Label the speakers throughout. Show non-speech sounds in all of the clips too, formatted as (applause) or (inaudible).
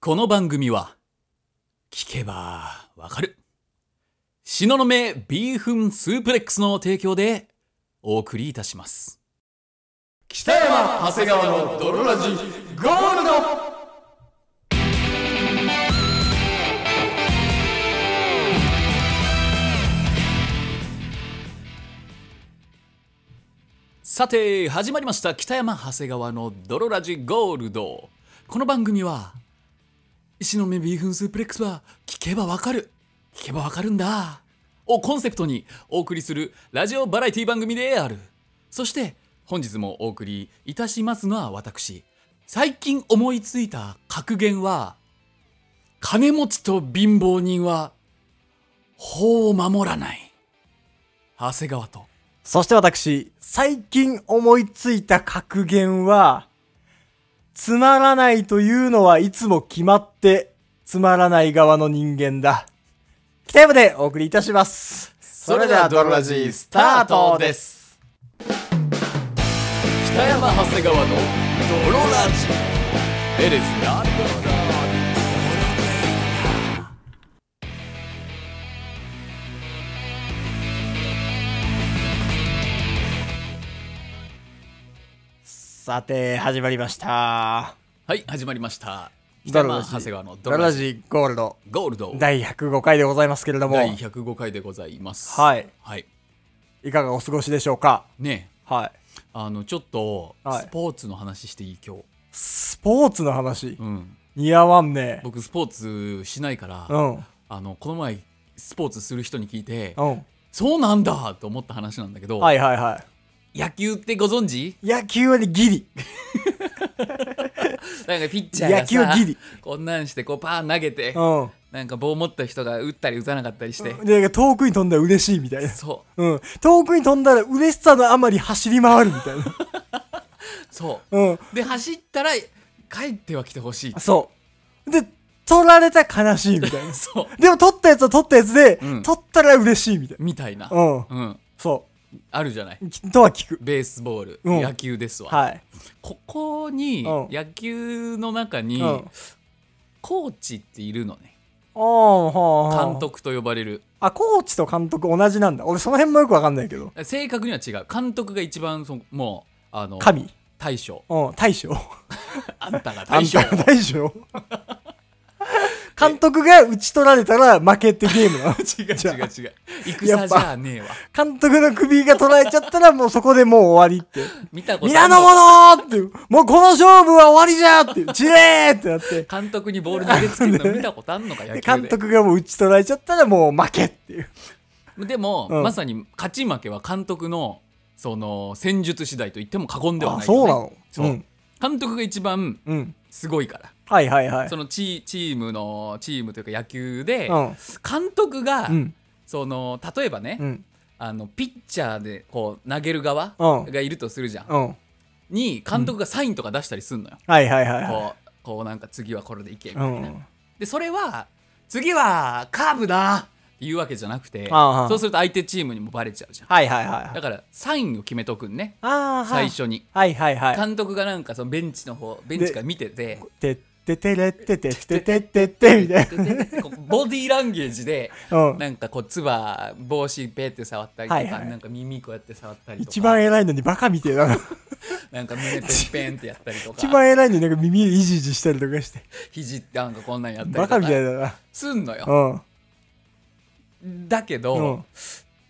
Speaker 1: この番組は、聞けばわかる。東雲ビーフンスープレックスの提供でお送りいたします。
Speaker 2: 北山長谷川の泥ラジゴールド
Speaker 1: さて、始まりました。北山長谷川の泥ラジゴールド。この番組は、東雲ビーフンスープレックスは聞けばわかる。聞けばわかるんだ。をコンセプトにお送りするラジオバラエティ番組である。そして、本日もお送りいたしますのは私。最近思いついた格言は、金持ちと貧乏人は法を守らない。長谷川と。
Speaker 2: そして私、最近思いついた格言は、つまらないというのはいつも決まって、つまらない側の人間だ。北山でお送りいたします。それでは泥ラジスタートです。
Speaker 1: 北山長谷川の泥ラジエレスラ
Speaker 2: さて、始まりました。
Speaker 1: はい始まりました北
Speaker 2: ド
Speaker 1: 山
Speaker 2: ロラジ
Speaker 1: 長谷川の
Speaker 2: ド
Speaker 1: 泥
Speaker 2: ロ
Speaker 1: ラ
Speaker 2: ラ
Speaker 1: ジ
Speaker 2: ジゴールド
Speaker 1: ゴールド
Speaker 2: 第105回でございますけれども、
Speaker 1: 第105回でございます
Speaker 2: はい
Speaker 1: はい
Speaker 2: いかがお過ごしでしょうか
Speaker 1: ねえ
Speaker 2: はい。
Speaker 1: あのちょっと
Speaker 2: はい
Speaker 1: スポーツの話していい今日
Speaker 2: スポーツの話
Speaker 1: う、ん
Speaker 2: 似合わんね。
Speaker 1: 僕スポーツしないから
Speaker 2: うん。
Speaker 1: あのこの前スポーツする人に聞いて
Speaker 2: うん。
Speaker 1: そうなんだと思った話なんだけど
Speaker 2: はいはいは
Speaker 1: 野球ってご存知
Speaker 2: い。野球よりギリ。
Speaker 1: なんかピッチャーがさ
Speaker 2: 野球ギリ
Speaker 1: こんなんしてこうパーン投げて
Speaker 2: うん。
Speaker 1: なんか棒持った人が打ったり打たなかったりして、
Speaker 2: で、遠くに飛んだら嬉しいみたいな。
Speaker 1: そ
Speaker 2: うん。遠くに飛んだら嬉しさのあまり走り回るみたいな。
Speaker 1: うそ
Speaker 2: (laughs) うん。
Speaker 1: うで走ったら帰っては来てほしい。
Speaker 2: そう。で、取られたら悲しいみたいな
Speaker 1: そう
Speaker 2: でも取ったやつは取ったやつで、
Speaker 1: うん
Speaker 2: 取ったら嬉しいみたい
Speaker 1: みたいな
Speaker 2: な。うん。
Speaker 1: うん
Speaker 2: そ。
Speaker 1: あるじゃないう
Speaker 2: きとは聞く。
Speaker 1: ベースボール、
Speaker 2: うん
Speaker 1: 野球ですわ、
Speaker 2: はい。
Speaker 1: ここに
Speaker 2: うん
Speaker 1: 野球の中に
Speaker 2: うん
Speaker 1: コーチっているのね
Speaker 2: おーはあはあ
Speaker 1: 監。督と呼ばれる
Speaker 2: あ、コーチと監督同じなんだ。俺その辺もよくわかんないけど。
Speaker 1: 正確には違う監督が一番そのもうあの
Speaker 2: 神。
Speaker 1: 大将
Speaker 2: うん、大将。
Speaker 1: あんたが
Speaker 2: (laughs) あ
Speaker 1: 大
Speaker 2: ん
Speaker 1: 将
Speaker 2: たが (laughs) 大将監督が打ち取られたら負けってゲームな (laughs) の
Speaker 1: 違う違う違う
Speaker 2: や
Speaker 1: 戦
Speaker 2: っ
Speaker 1: じ
Speaker 2: ぱ
Speaker 1: ゃねえわ
Speaker 2: 監督の首が取られちゃったらもうそこでもう終わりって。
Speaker 1: 見たことあ
Speaker 2: 皆
Speaker 1: んの
Speaker 2: の者っていう、もうこの勝負は終わりじゃっていう、ちれーってなって。
Speaker 1: 監督にボール投げつけるの見たことあんのか野
Speaker 2: (laughs) で
Speaker 1: 球で
Speaker 2: 監督がもう打ち取られちゃったらもう負けっていう。
Speaker 1: でも、
Speaker 2: うん
Speaker 1: まさに勝ち負けは監督のその戦術次第と言っても過言では
Speaker 2: あ、
Speaker 1: ない
Speaker 2: そうな
Speaker 1: よ、
Speaker 2: の
Speaker 1: ね、
Speaker 2: う。
Speaker 1: そうん監督が一番
Speaker 2: うん。
Speaker 1: すごいから、
Speaker 2: はいはいはい
Speaker 1: そ。のチチームのチームというか野球で、
Speaker 2: うん。
Speaker 1: 監督が、
Speaker 2: うん。
Speaker 1: その例えばね、
Speaker 2: うん。
Speaker 1: あのピッチャーでこう投げる側
Speaker 2: うん
Speaker 1: がいるとするじゃん、
Speaker 2: うん。
Speaker 1: に監督がサインとか出したりすんのよ、
Speaker 2: はいはいはいは
Speaker 1: こうこうなんか次はこれでいけみ
Speaker 2: い。
Speaker 1: た
Speaker 2: う
Speaker 1: いな、
Speaker 2: ん。
Speaker 1: でそれは次はカーブだっていうわけじゃなくて
Speaker 2: ああ
Speaker 1: そうすると相手チームにもバレちゃうじゃん
Speaker 2: はいはいはい
Speaker 1: だ。からサインを決めとくんね
Speaker 2: ああ、はい
Speaker 1: 最。初に
Speaker 2: はいはいはい。
Speaker 1: 監督がなんかそのベンチの方ベンチから見てて
Speaker 2: てっててれっててててててみたい
Speaker 1: こうボディーランゲージで
Speaker 2: な。うん。
Speaker 1: なんかこうつば帽子ペって触ったりとか、
Speaker 2: はいはい
Speaker 1: なんか耳こうやって触ったりとか
Speaker 2: 一番偉いのにバカみてえ
Speaker 1: (laughs)
Speaker 2: だな。
Speaker 1: なんか胸ペンペンってやったりとか
Speaker 2: 一番偉いのになんか耳いじいじしたりとかして。
Speaker 1: 肘ってなんかこんなんやったりとか
Speaker 2: バカみたいだな。
Speaker 1: すんの
Speaker 2: う
Speaker 1: よ
Speaker 2: ん。
Speaker 1: だけど、
Speaker 2: うん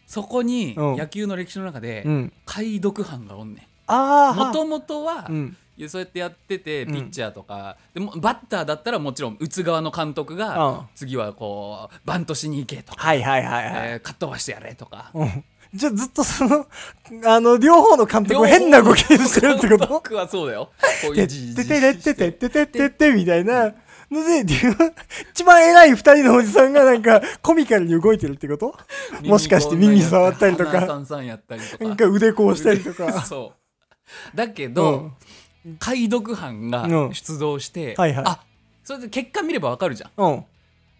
Speaker 1: そこに
Speaker 2: うん
Speaker 1: 野球の歴史の中で、
Speaker 2: うん。
Speaker 1: 解読班がおんね
Speaker 2: ああ。
Speaker 1: んもともとは、
Speaker 2: うん。
Speaker 1: いやそうやってやってて
Speaker 2: う
Speaker 1: ピ
Speaker 2: ん
Speaker 1: ッチャーとか、でもバッターだったらもちろん打つ側の監督が、
Speaker 2: うん
Speaker 1: 次はこうバントしに行けとか、
Speaker 2: はいはいはいはい。
Speaker 1: えー、かっ飛ばしてやれとか。
Speaker 2: うん。じゃあずっとその、あの、両方の監督
Speaker 1: 両
Speaker 2: は
Speaker 1: 方
Speaker 2: 変な動きしてるってこと
Speaker 1: 僕はそうだよ。こうい
Speaker 2: て
Speaker 1: う
Speaker 2: っ
Speaker 1: じいじ
Speaker 2: て
Speaker 1: い
Speaker 2: てれっ
Speaker 1: して
Speaker 2: てててててみたいな。ので、一番偉い二人のおじさんがなんかコミカルに動いてるってこと
Speaker 1: 耳
Speaker 2: もしかして耳触ったりと
Speaker 1: 鼻さ
Speaker 2: か、
Speaker 1: んさんやったりとか。
Speaker 2: なんか腕こうしたりとか。
Speaker 1: (laughs) そう。だけど、解読班が
Speaker 2: うん
Speaker 1: 出動して、
Speaker 2: はいはい
Speaker 1: あそれで結果見ればわかるじゃん。
Speaker 2: うん。うん。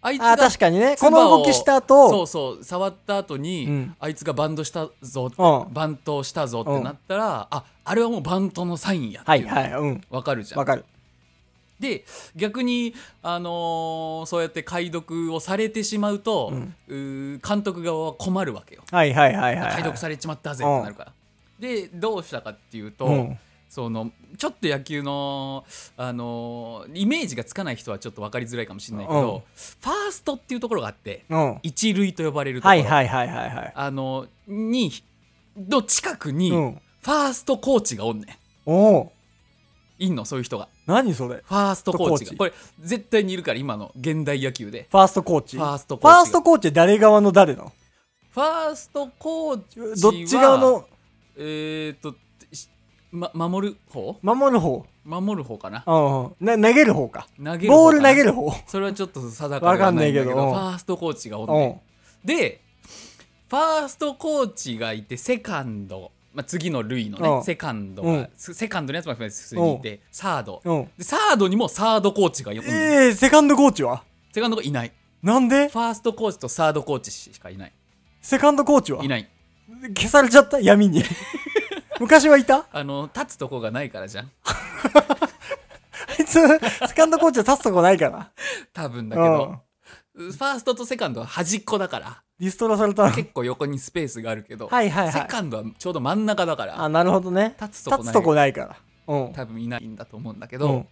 Speaker 1: あいつ
Speaker 2: あー
Speaker 1: が
Speaker 2: 確かにね
Speaker 1: 唾
Speaker 2: こ
Speaker 1: を
Speaker 2: の動きした
Speaker 1: そ
Speaker 2: 後
Speaker 1: うそう触った後に、
Speaker 2: うん
Speaker 1: あいつがバンドしたぞって
Speaker 2: うん
Speaker 1: バントしたぞってなったら、ああれはもうバントのサインやって
Speaker 2: はいいうはいうん
Speaker 1: わかるじゃん
Speaker 2: わかる
Speaker 1: で逆に、あのーそうやって解読をされてしまうと、うー監督側は困るわけよ
Speaker 2: はいはいはいはい。
Speaker 1: 解読されちまったぜってなるから、でどうしたかっていうと、
Speaker 2: うん
Speaker 1: そのちょっと野球の、あのーイメージがつかない人はちょっと分かりづらいかもしれないけど、
Speaker 2: うん
Speaker 1: ファーストっていうところがあって、
Speaker 2: うん。
Speaker 1: 一塁と呼ばれるとこ
Speaker 2: は
Speaker 1: ろ、
Speaker 2: いはいはいはいはい。
Speaker 1: あのにの近くに、
Speaker 2: うん。
Speaker 1: ファーストコーチがおんねん
Speaker 2: おお。
Speaker 1: いんのそういう人が
Speaker 2: 何それ。フ
Speaker 1: ファーストコーチが
Speaker 2: ファースト
Speaker 1: これ絶対にいるから今の現代野球で
Speaker 2: ァーストコーチ。
Speaker 1: ファースト
Speaker 2: フ
Speaker 1: コーチが
Speaker 2: ァーストコーチ誰側の誰なの
Speaker 1: ファーストコーチは
Speaker 2: どっち側の
Speaker 1: えっ、と、しま、守る方
Speaker 2: 守る方
Speaker 1: 守る方かな
Speaker 2: うんうん。な投げる方か。
Speaker 1: 投げる方かな
Speaker 2: ボール投げる方。
Speaker 1: それはちょっと定か
Speaker 2: わ
Speaker 1: で
Speaker 2: か
Speaker 1: は
Speaker 2: んな
Speaker 1: ない
Speaker 2: い
Speaker 1: んだ
Speaker 2: け
Speaker 1: け
Speaker 2: ど
Speaker 1: ど
Speaker 2: うん
Speaker 1: ファーストコーチがおん
Speaker 2: う
Speaker 1: ね
Speaker 2: ん。
Speaker 1: んでファーストコーチがいてセカンド、まあ、次の塁のね、
Speaker 2: うん
Speaker 1: セカンド
Speaker 2: う
Speaker 1: が
Speaker 2: ん、
Speaker 1: すセカンドのやつも普通にいて、サード
Speaker 2: うん。
Speaker 1: でサードにもサードコーチがいる、
Speaker 2: ええ、セカンドコーチは
Speaker 1: セカンドがいない
Speaker 2: なんで
Speaker 1: ファーストコーチとサードコーチしかいない
Speaker 2: セカンドコーチはい
Speaker 1: ない
Speaker 2: 消されちゃった闇
Speaker 1: (laughs)
Speaker 2: に。昔はいた
Speaker 1: あの立つとこがないからじゃん
Speaker 2: あいつ、セカンドコーチは立つとこないから。
Speaker 1: 多分だけ
Speaker 2: うん
Speaker 1: ど。ファーストとセカンドは端っこだから
Speaker 2: リストラされたの。
Speaker 1: 結構横にスペースがあるけど、
Speaker 2: はいはいはい
Speaker 1: セカンドはちょうど真ん中だから
Speaker 2: あ、なるほどね。
Speaker 1: 立つとこない
Speaker 2: 立つとこないから。うん。
Speaker 1: 多分いないんだと思うんだけ
Speaker 2: う
Speaker 1: ど、
Speaker 2: ん。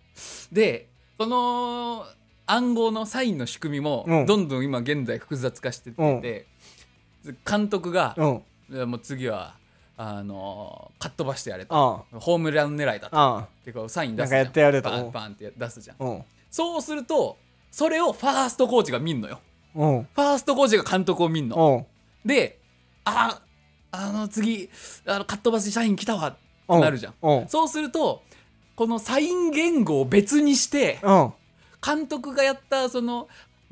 Speaker 1: でこの暗号のサインの仕組みも
Speaker 2: うん
Speaker 1: どんどん今現在複雑化してって、監督が
Speaker 2: う、ん。
Speaker 1: いやもう次はあのかっ飛ばしてやれと
Speaker 2: あ
Speaker 1: ホームラン狙いだと
Speaker 2: あ。あ
Speaker 1: てかサイン出すじ
Speaker 2: な
Speaker 1: ゃん
Speaker 2: んかやってやれと
Speaker 1: バンバンって出すじゃん
Speaker 2: あ。うん。
Speaker 1: そうするとそれをファーストコーチが見んのよ
Speaker 2: うん。
Speaker 1: ファーストコーチが監督を見んの
Speaker 2: うん。
Speaker 1: でああの次あのかっ飛ばしサイン来たわ
Speaker 2: うん
Speaker 1: なるじゃん
Speaker 2: うん。
Speaker 1: そうするとこのサイン言語を別にして
Speaker 2: うん。
Speaker 1: 監督がやったその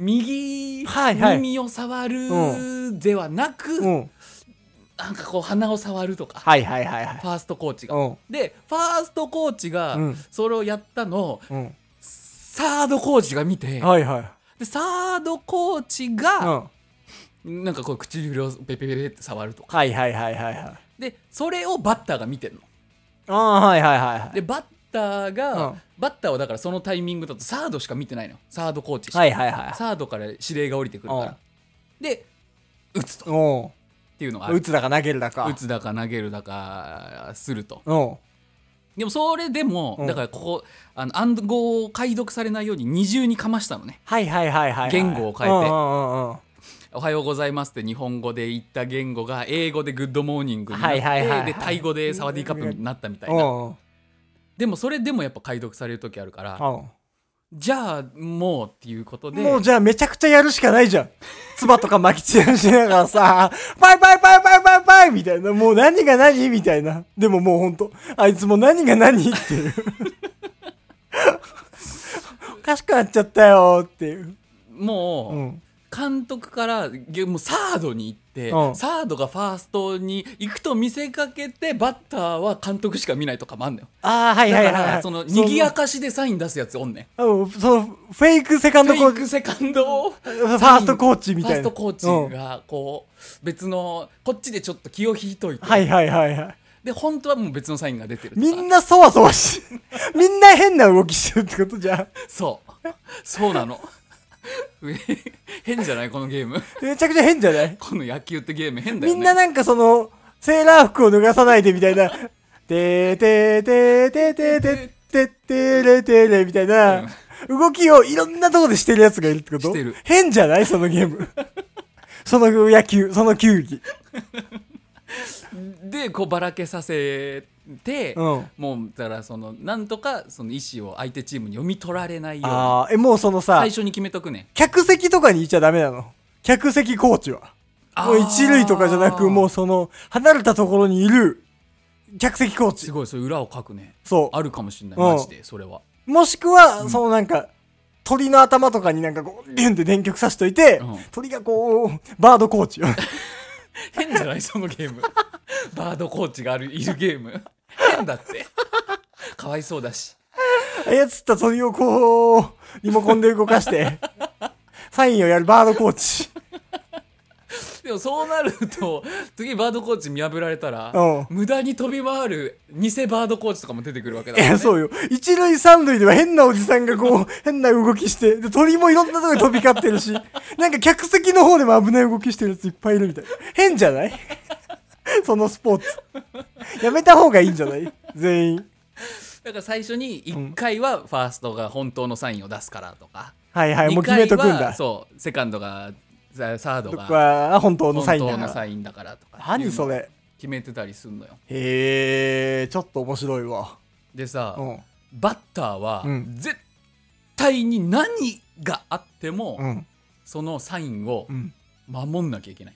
Speaker 1: 右
Speaker 2: はいはい
Speaker 1: 耳を触
Speaker 2: う
Speaker 1: るではなく、
Speaker 2: うん。
Speaker 1: なんかこう鼻を触るとか、
Speaker 2: はいはいはいはい
Speaker 1: フ。ァーストコーチが。
Speaker 2: うん。
Speaker 1: でファーストコーチが
Speaker 2: うん
Speaker 1: それをやったのを
Speaker 2: うん。
Speaker 1: サードコーチが見て、
Speaker 2: はいはい。
Speaker 1: でサードコーチ
Speaker 2: うん。
Speaker 1: が、
Speaker 2: は
Speaker 1: なんかこう唇をペペペペって触るとか
Speaker 2: いはいはいはいはい。あ
Speaker 1: でそれをバッターが見てるの。
Speaker 2: あー、はいはいはいはい。
Speaker 1: でバッターが、
Speaker 2: うん
Speaker 1: バッターはだからそのタイミングだとサードしか見てないのサードコーチしか、
Speaker 2: はいはいはい。
Speaker 1: サードから指令が降りてくるから、で打つとっ
Speaker 2: う
Speaker 1: ていうのがあ
Speaker 2: ん。
Speaker 1: る
Speaker 2: 打つだか投げるだか。
Speaker 1: 打つだか投げるだかすると
Speaker 2: うん。
Speaker 1: でもそれでも、
Speaker 2: うん
Speaker 1: だからここあの暗号を解読されないように二重にかましたのね
Speaker 2: はいはいはいはいはい。
Speaker 1: 言語を変えて
Speaker 2: うんうんうんうん。
Speaker 1: 「おはようございます」って日本語で言った言語が英語で「グッドモーニング」になって、
Speaker 2: はいはいはいは
Speaker 1: で
Speaker 2: い
Speaker 1: タイ語で「サワディーカップ」になったみたいうな、
Speaker 2: んうん。
Speaker 1: でもそれでもやっぱ解読される時あるから、
Speaker 2: うん。
Speaker 1: じゃあもうっていうことで
Speaker 2: もうじゃあめちゃくちゃやるしかないじゃん。唾とか巻き散らしながらさ、パイパイパイパイパイパイみたいな、もう何が何みたいな。でももうほんと、あいつも何が何っていう。おかしくなっちゃったよっていう。
Speaker 1: もう、
Speaker 2: うん。
Speaker 1: 監督からげもうサードに行って、
Speaker 2: うん
Speaker 1: サードがファーストに行くと見せかけてバッターは監督しか見ないとかもあんのよ
Speaker 2: ああ、はい
Speaker 1: だ
Speaker 2: は
Speaker 1: か
Speaker 2: いはいは
Speaker 1: ら
Speaker 2: い。
Speaker 1: その賑やかしでサイン出すやつおんね
Speaker 2: その。うんそのフェイクセカン
Speaker 1: ん
Speaker 2: ド
Speaker 1: フ
Speaker 2: コ
Speaker 1: ェイ
Speaker 2: ー
Speaker 1: ク
Speaker 2: チ。
Speaker 1: セカンドをフ
Speaker 2: ファーストコーチみたいな。
Speaker 1: ファーストコーチがこう別のこっちでちょっと気を引いといて、
Speaker 2: うんはいはいはいはい。
Speaker 1: で本当はもう別のサインが出てるとか
Speaker 2: みんなそわそわし、みんな変な動きしてるってことじゃん。
Speaker 1: そうそうなの (laughs) 変じゃないこのゲーム
Speaker 2: めちゃくちゃ変じゃない
Speaker 1: この野球ってゲーム変だよ
Speaker 2: み
Speaker 1: ね
Speaker 2: んななんかその、セーラー服を脱がさないでみたいな、てーてーてーてーてーてーてーてーれーてーれーみたいな、動きをいろんなとこでしてるやつがいるってこと
Speaker 1: してる
Speaker 2: 変じゃないそのゲーム。その野球、その球技。
Speaker 1: でこうばらけさせて、
Speaker 2: うん
Speaker 1: もうだからそのなんとかその意思を相手チームに読み取られないように
Speaker 2: ああ、え、もうそのさ
Speaker 1: 最、初に決めとくね
Speaker 2: 客席とかにいちゃダメなの。客席コーチは。
Speaker 1: あー
Speaker 2: もう一塁とかじゃなく、もうその、離れたところにいる、客席コー
Speaker 1: す
Speaker 2: チ。
Speaker 1: ごいそれ裏を書くね
Speaker 2: そう。
Speaker 1: あるかもしれない
Speaker 2: うん
Speaker 1: マジでそれは、
Speaker 2: もしくは、そのなんか、鳥の頭とかになんかこう、ビュンって電極刺しといて、
Speaker 1: うん
Speaker 2: 鳥がこう、バードコーチを。 (laughs)
Speaker 1: 変じゃないそのゲーム (laughs) バードコーチがあるいるゲーム変だってかわいそうだし
Speaker 2: 操った鳥をこう、
Speaker 1: (laughs)
Speaker 2: リモコンで動かして、サインをやるバードコーチ。
Speaker 1: ででもそうなると次バードコーチ見破られたら、
Speaker 2: うん
Speaker 1: 無駄に飛び回る偽バードコーチとかも出てくるわけだ
Speaker 2: い
Speaker 1: から、ね、
Speaker 2: や、そうよ。一塁三塁では変なおじさん
Speaker 1: (laughs)
Speaker 2: がこう、変な動きして、で、鳥もいろんなとこに飛び交ってるし、なんか客席の方でも危ない動きしてるやついっぱいいるみたいな。変じゃ
Speaker 1: (laughs)
Speaker 2: ないそのスポーツ。やめた方がいいんじゃない全員。
Speaker 1: だから最初に1回はファーストが本当のサインを出すからとか、
Speaker 2: はいはい、も
Speaker 1: 二
Speaker 2: う決
Speaker 1: 回
Speaker 2: めとくん
Speaker 1: は
Speaker 2: だ。
Speaker 1: そうセカンドがさサード
Speaker 2: 僕
Speaker 1: が
Speaker 2: は、本当の
Speaker 1: 本
Speaker 2: サイン
Speaker 1: 当
Speaker 2: だか
Speaker 1: の
Speaker 2: ら。
Speaker 1: サインだからとかっていう
Speaker 2: 何
Speaker 1: の
Speaker 2: それ。
Speaker 1: 決めてたりすんのよ
Speaker 2: へえ、ちょっと面白いわ。
Speaker 1: でさ、
Speaker 2: うん。
Speaker 1: バッターは
Speaker 2: うん
Speaker 1: 絶対に何があっても、
Speaker 2: うん。
Speaker 1: そのサインを
Speaker 2: うん。
Speaker 1: 守んなきゃいけない、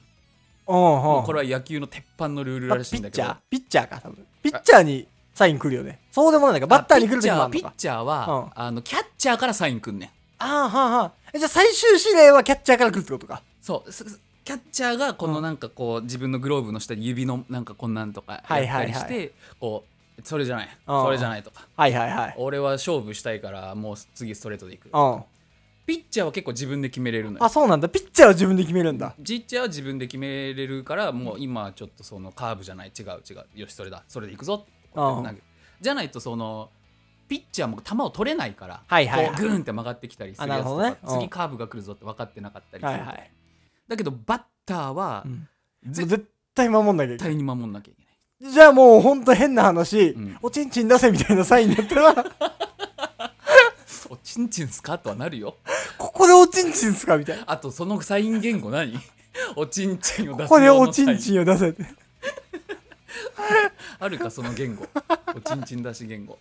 Speaker 2: うん。うん
Speaker 1: もうこれは野球の鉄板のルール
Speaker 2: まあ
Speaker 1: ら
Speaker 2: ピ
Speaker 1: しいん
Speaker 2: ッ
Speaker 1: だけ
Speaker 2: チ
Speaker 1: ど
Speaker 2: ャーピッチャーか、多分。ピッチャーにサイン来るよね。そうでもないのか。バッターに来る時もあ
Speaker 1: あ
Speaker 2: る
Speaker 1: ピ
Speaker 2: の
Speaker 1: ッチャー
Speaker 2: か
Speaker 1: ピッ。チャーは、あのキャッチャーからサインくんねん
Speaker 2: ああ、はあ、はあ。えじゃあ最終指令はキャッチャーから来るってことか。
Speaker 1: そうすすキャッチャーがこ
Speaker 2: う
Speaker 1: の
Speaker 2: ん
Speaker 1: なんかこう自分のグローブの下に指のなんかこんなんとか
Speaker 2: はい
Speaker 1: やっ
Speaker 2: は
Speaker 1: た
Speaker 2: いはい
Speaker 1: りして、こうそれじゃない
Speaker 2: うん
Speaker 1: それじゃないとか
Speaker 2: はいはいはい。
Speaker 1: 俺は勝負したいからもう次ストレートでいく
Speaker 2: う
Speaker 1: ピッチャーは結構自分で決めれるの
Speaker 2: ん。あ、
Speaker 1: よ
Speaker 2: そうなんだ。ピッチャーは自分で決めるんだ。
Speaker 1: ピッチャーは自分で決めれるからもう今はちょっとそのカーブじゃない違う違うよしそれだそれでいくぞって
Speaker 2: う
Speaker 1: 投
Speaker 2: ん
Speaker 1: げるじゃないとそのピッチャーも球を取れないから、
Speaker 2: はいはいはい
Speaker 1: こうグーンって曲がってきたりするやつと
Speaker 2: あなる
Speaker 1: か、
Speaker 2: ほどねうん
Speaker 1: 次カーブが来るぞって分かってなかったりする、
Speaker 2: はいはい。
Speaker 1: だけどバッターは、
Speaker 2: うんもう
Speaker 1: 絶
Speaker 2: 絶対守んなきゃいけな
Speaker 1: 対に守んなきゃいけない。
Speaker 2: い。じゃあもうほんと変な話、
Speaker 1: ん
Speaker 2: おちんちん出せみたいなサインだったら、 (laughs)
Speaker 1: おちんちんすかとはなるよ。
Speaker 2: ここでおちんちんすかみたいな。
Speaker 1: あとそのサイン言語何 (laughs) おちんちんを出す
Speaker 2: ここでおちん
Speaker 1: ん。
Speaker 2: ちんを出せって。
Speaker 1: あるかその言語。おちんちん出し言語。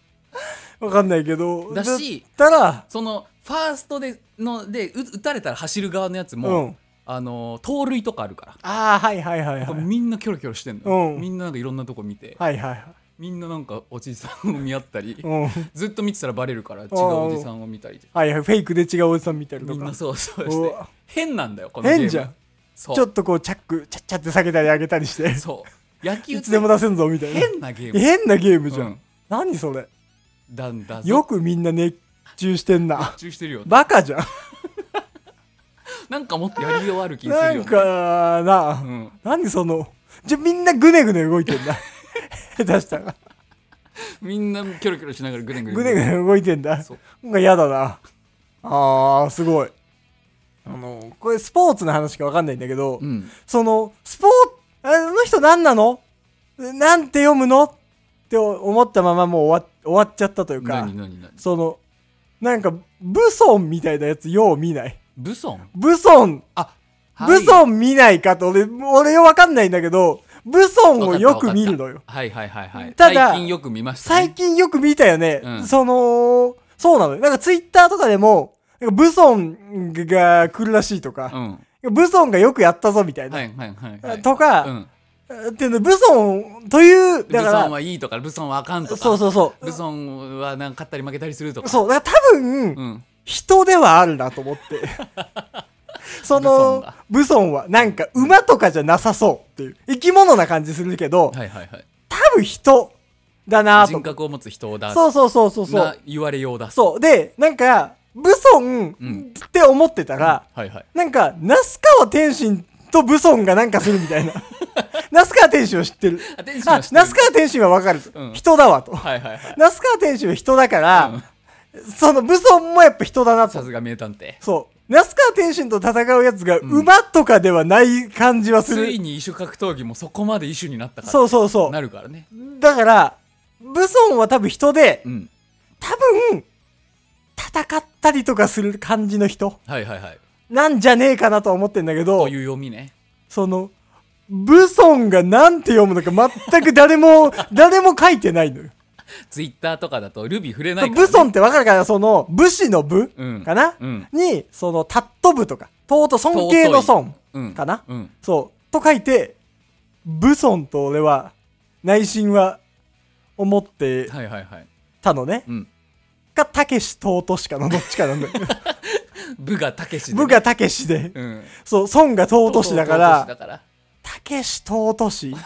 Speaker 2: わかんないけど。
Speaker 1: だし
Speaker 2: だったら、
Speaker 1: そのファーストでのでう打たれたら走る側のやつ
Speaker 2: う
Speaker 1: も、
Speaker 2: ん。
Speaker 1: あのー盗塁とかあるから。
Speaker 2: ああ、はいはいはいはい。はい
Speaker 1: みんなキョロキョロしてんの、
Speaker 2: うん
Speaker 1: みんななんかいろんなとこ見て、
Speaker 2: はいはい。
Speaker 1: みんななんかおじいさんを見合ったり、
Speaker 2: うん。
Speaker 1: ずっと見てたらバレるから違うおじさんを見たりとか
Speaker 2: はいはい。フェイクで違うおじさん見たりと
Speaker 1: みん
Speaker 2: か
Speaker 1: な。そうそう
Speaker 2: う
Speaker 1: して
Speaker 2: わ
Speaker 1: 変なんだよこのゲーム
Speaker 2: 変じゃん。
Speaker 1: そう
Speaker 2: ちょっとこう、チャック、チャッチャって下げたり上げたりして。
Speaker 1: そう野球
Speaker 2: い
Speaker 1: っ
Speaker 2: つ
Speaker 1: て
Speaker 2: でも出せんぞみたいな。
Speaker 1: 変なゲーム
Speaker 2: 変なゲームじゃん。
Speaker 1: うん
Speaker 2: 何それ。
Speaker 1: だんだぞ
Speaker 2: よくみんな熱中してんな。
Speaker 1: 集中してるよ
Speaker 2: バカじゃん。
Speaker 1: なんかもっとやりようある気がす
Speaker 2: な
Speaker 1: るよ
Speaker 2: ん
Speaker 1: ね
Speaker 2: かな、
Speaker 1: うん
Speaker 2: 何その。じゃ、みんなぐねぐね動いて
Speaker 1: (laughs)
Speaker 2: んだ。下手したら。
Speaker 1: みんなキョロキョロしながらグネグネ
Speaker 2: ぐねぐね動いてんだ。
Speaker 1: そう
Speaker 2: なんか嫌だな。あー、すごい。あの、これスポーツの話かわかんないんだけど、
Speaker 1: うん
Speaker 2: その、スポーツ、あの人何なのなんて読むのって思ったままもう終わ終わっちゃったというか
Speaker 1: 何、何何
Speaker 2: その、なんか、武尊みたいなやつよう見ない。
Speaker 1: ブソン
Speaker 2: 武尊
Speaker 1: あ
Speaker 2: 武尊見ないかと、俺、俺よわかんないんだけど、武尊をよく見るのよ。
Speaker 1: はいはいはいはい
Speaker 2: ただ
Speaker 1: 最近よく見ました
Speaker 2: 最
Speaker 1: ね
Speaker 2: 近よく見たよね。
Speaker 1: うん
Speaker 2: その、そうなのよ。なんかツイッターとかでも、なんか武尊が来るらしいと
Speaker 1: う
Speaker 2: か、
Speaker 1: ん
Speaker 2: 武尊がよくやったぞみたいな。
Speaker 1: はいはいはいはい
Speaker 2: とか、
Speaker 1: うん
Speaker 2: っていうの、武尊という、
Speaker 1: ブ
Speaker 2: だか
Speaker 1: ソン
Speaker 2: ら、
Speaker 1: はいいとかブソンはあかんとか
Speaker 2: そうそうそう。
Speaker 1: ブソンはなんか勝ったり負けたりするとか
Speaker 2: そう、だから多分、
Speaker 1: うん
Speaker 2: 人ではあるなと
Speaker 1: (laughs)
Speaker 2: 思って。その、武尊は、なんか馬とかじゃなさそうっていう。生き物な感じするけど、
Speaker 1: はいはいはい
Speaker 2: 多分人だなと
Speaker 1: 人。格を持つ人だ
Speaker 2: そうそうそうそうそう
Speaker 1: な。言われようだ
Speaker 2: そう。で、なんか、武尊
Speaker 1: うん
Speaker 2: って思ってたら、
Speaker 1: はいはい
Speaker 2: なんか、那須川天心と武尊がなんかする
Speaker 1: (laughs)
Speaker 2: みたいな。那須川天心を知ってる。
Speaker 1: あ天使
Speaker 2: あ、
Speaker 1: は
Speaker 2: 那
Speaker 1: 知ってる
Speaker 2: 須川天心はわかると、
Speaker 1: うん
Speaker 2: 人だわと。
Speaker 1: はいはいはい
Speaker 2: 那須川天心は人だから、その武尊もやっぱ人だなと
Speaker 1: さ。すが名探偵
Speaker 2: そう。那須川天心と戦うやつが馬とかではない感じはす
Speaker 1: つ
Speaker 2: る。
Speaker 1: いに異種格闘技もそこまで異種になったから
Speaker 2: そうそうそ
Speaker 1: なるからね
Speaker 2: う。だから、武尊は多分人で
Speaker 1: う、ん
Speaker 2: 多分、戦ったりとかする感じの人
Speaker 1: はいはいはい
Speaker 2: なんじゃねえかなとは思ってんだけ
Speaker 1: こ
Speaker 2: ど
Speaker 1: う、いう読みね
Speaker 2: その、武尊がなんて読むのか全く誰
Speaker 1: (laughs)
Speaker 2: も、誰も書いてないのよ。
Speaker 1: ツイッターとかだとルビー触れないから、ね、
Speaker 2: 武尊ってわかるかなその、武士の武
Speaker 1: うん
Speaker 2: かな、
Speaker 1: うん
Speaker 2: に、その、たっとぶとか、尊敬の尊
Speaker 1: うん
Speaker 2: かな、
Speaker 1: うん
Speaker 2: そう。と書いて、武尊と俺は、内心は、思って
Speaker 1: はいはいはい
Speaker 2: たのね。
Speaker 1: うん
Speaker 2: か、たけし、とうとしかのどっちかなんだよ。
Speaker 1: 部がたけしでね
Speaker 2: 武がたけしで、
Speaker 1: うん
Speaker 2: そう、孫がとうとしだか
Speaker 1: とうとうとうとうとうだか
Speaker 2: ら、
Speaker 1: ら
Speaker 2: たけし、 (laughs) とうとし。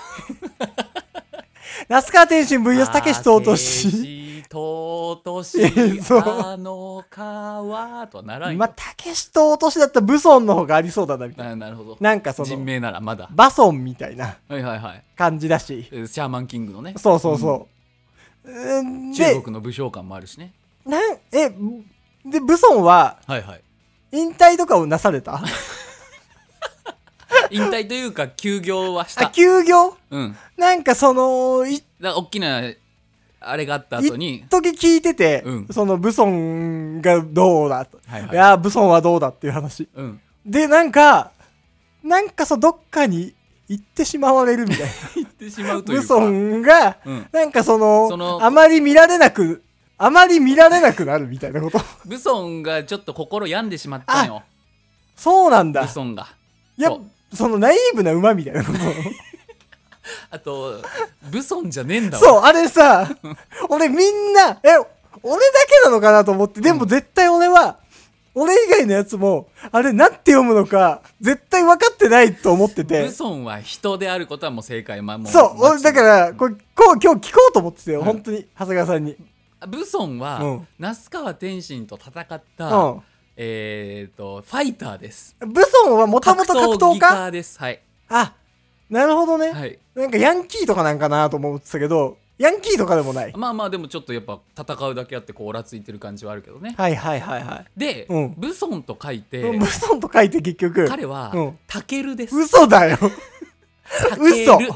Speaker 2: 那須川天心 VS たけし、とうとし。
Speaker 1: ととし
Speaker 2: そう
Speaker 1: あの川とはならんよ
Speaker 2: まあ、たけしと落としだったら武尊の方がありそうだな、みたい
Speaker 1: ななるほど
Speaker 2: な。なんかそ
Speaker 1: 人
Speaker 2: の、
Speaker 1: 名ならまだ
Speaker 2: バソンみたいな
Speaker 1: はいはいはい
Speaker 2: 感じだし。
Speaker 1: えーシャーマンキングのね
Speaker 2: そうそうそう。うん、
Speaker 1: 中
Speaker 2: で、
Speaker 1: 国の武将感もあるしね
Speaker 2: なん、え、で、武尊は
Speaker 1: はいはい
Speaker 2: 引退とかをなされた
Speaker 1: 引退というか休業はし
Speaker 2: あ、
Speaker 1: た
Speaker 2: 休業
Speaker 1: うん
Speaker 2: なんかその、い
Speaker 1: だ大きなあれがあった後に
Speaker 2: 一時聞いてて、
Speaker 1: うん
Speaker 2: その武尊がどうだと。
Speaker 1: はいはい
Speaker 2: いやー、武尊はどうだっていう話。
Speaker 1: うん
Speaker 2: で、なんか、なんかそう、どっかに行ってしまわれるみたいな。
Speaker 1: 行ってしま (laughs) うという
Speaker 2: 武
Speaker 1: か
Speaker 2: 尊が、
Speaker 1: うん
Speaker 2: なんかその
Speaker 1: その
Speaker 2: あまり見られなく、あまり見られなくなるみたいな
Speaker 1: (laughs)
Speaker 2: こと。
Speaker 1: 武尊がちょっと心病んでしまったのよ
Speaker 2: そうなんだ
Speaker 1: 武。尊が
Speaker 2: いや
Speaker 1: そ、
Speaker 2: そのナイーブな馬みたいなこと。
Speaker 1: あと武尊じゃねえんだわ
Speaker 2: そう、あれ
Speaker 1: (laughs)
Speaker 2: さ、俺みんな、え、俺だけなのかなと思って、でも絶対俺は、俺以外のやつも、あれなんて読むのか、絶対分かってないと思ってて
Speaker 1: 武。尊は人であることはもう正解まあも
Speaker 2: そう、俺だから、これ、こう今日聞こうと思ってたよ、
Speaker 1: うん
Speaker 2: 本当に、長谷川さんに。
Speaker 1: 武尊は、
Speaker 2: うん
Speaker 1: 那須川天心と戦った、
Speaker 2: うん。
Speaker 1: えっ、とファイターです
Speaker 2: 武尊はもともと格闘
Speaker 1: 技
Speaker 2: 家
Speaker 1: 家ですはい
Speaker 2: あ、なるほどね。
Speaker 1: はい
Speaker 2: なんかヤンキーとかなんかなと思ってたけど、ヤンキーとかでもない。
Speaker 1: まあまあでもちょっとやっぱ戦うだけあってこうオラついてる感じはあるけどね
Speaker 2: はいはいはいは
Speaker 1: で、
Speaker 2: うん
Speaker 1: 武尊と書いて、
Speaker 2: い。武尊と書いて結局、
Speaker 1: 彼は、
Speaker 2: うん
Speaker 1: タケルです
Speaker 2: 嘘だよ。 (laughs)
Speaker 1: タケ
Speaker 2: 嘘
Speaker 1: ル。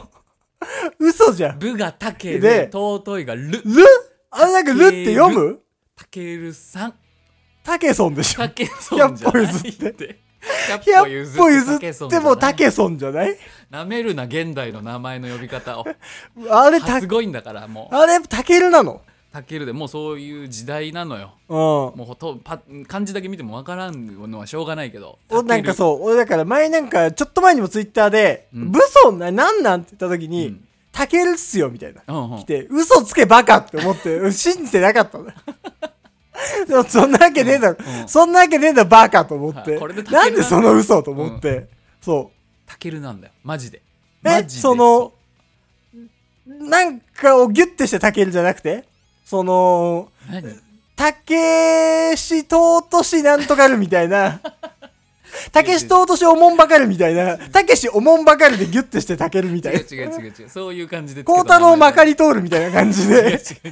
Speaker 2: 嘘じゃん。
Speaker 1: 武がタケ
Speaker 2: で
Speaker 1: ル尊いがル
Speaker 2: ルあれなんかルって読む
Speaker 1: タケルさん
Speaker 2: タケソンでしょ
Speaker 1: タ。ケソンじゃないって
Speaker 2: 百
Speaker 1: 100歩譲
Speaker 2: 歩
Speaker 1: ってタ
Speaker 2: 譲っ
Speaker 1: ケソン
Speaker 2: てもタケソンじゃない
Speaker 1: なめるな現代の名前の呼び方
Speaker 2: (laughs)
Speaker 1: を
Speaker 2: あれ
Speaker 1: は
Speaker 2: タ
Speaker 1: す、ごいんだからもう
Speaker 2: あれタケルなの
Speaker 1: タケルでもうそういう時代なのよ
Speaker 2: う
Speaker 1: もうほとんどパ漢字だけ見てもわからんのはしょうがないけど
Speaker 2: ん。おなんか
Speaker 1: う
Speaker 2: そう、俺だから前なんか、ちょっと前にもツイッターで、
Speaker 1: うん
Speaker 2: 武尊な、なんなんって言った時
Speaker 1: う
Speaker 2: に
Speaker 1: ん、
Speaker 2: タケルっすよ、みたいな。
Speaker 1: うんうん
Speaker 2: 来て、嘘つけバカって思って、信じてなかったの
Speaker 1: (laughs)
Speaker 2: よ。でもそんなわけねえだろ、
Speaker 1: うん
Speaker 2: そんなわけねえだろバカと思って、
Speaker 1: はいこれで
Speaker 2: な
Speaker 1: 竹
Speaker 2: ん
Speaker 1: 村
Speaker 2: でその嘘と思って、そ
Speaker 1: タケルなんだよマジで
Speaker 2: う
Speaker 1: マ
Speaker 2: え
Speaker 1: ジで
Speaker 2: そのなんかをギュッてしてタケルじゃなくてその
Speaker 1: そう何
Speaker 2: たけしとうとしなんとかるみた
Speaker 1: (laughs)
Speaker 2: いなたけしとうとしおもんばかるみたいなたけしおもんばかるでギュッてしてタケルみたい
Speaker 1: 違
Speaker 2: な
Speaker 1: う違う違う違うそういう感じで
Speaker 2: 孝太郎まか
Speaker 1: り
Speaker 2: り通るみたいな感じ
Speaker 1: 違う違う違
Speaker 2: で
Speaker 1: う
Speaker 2: た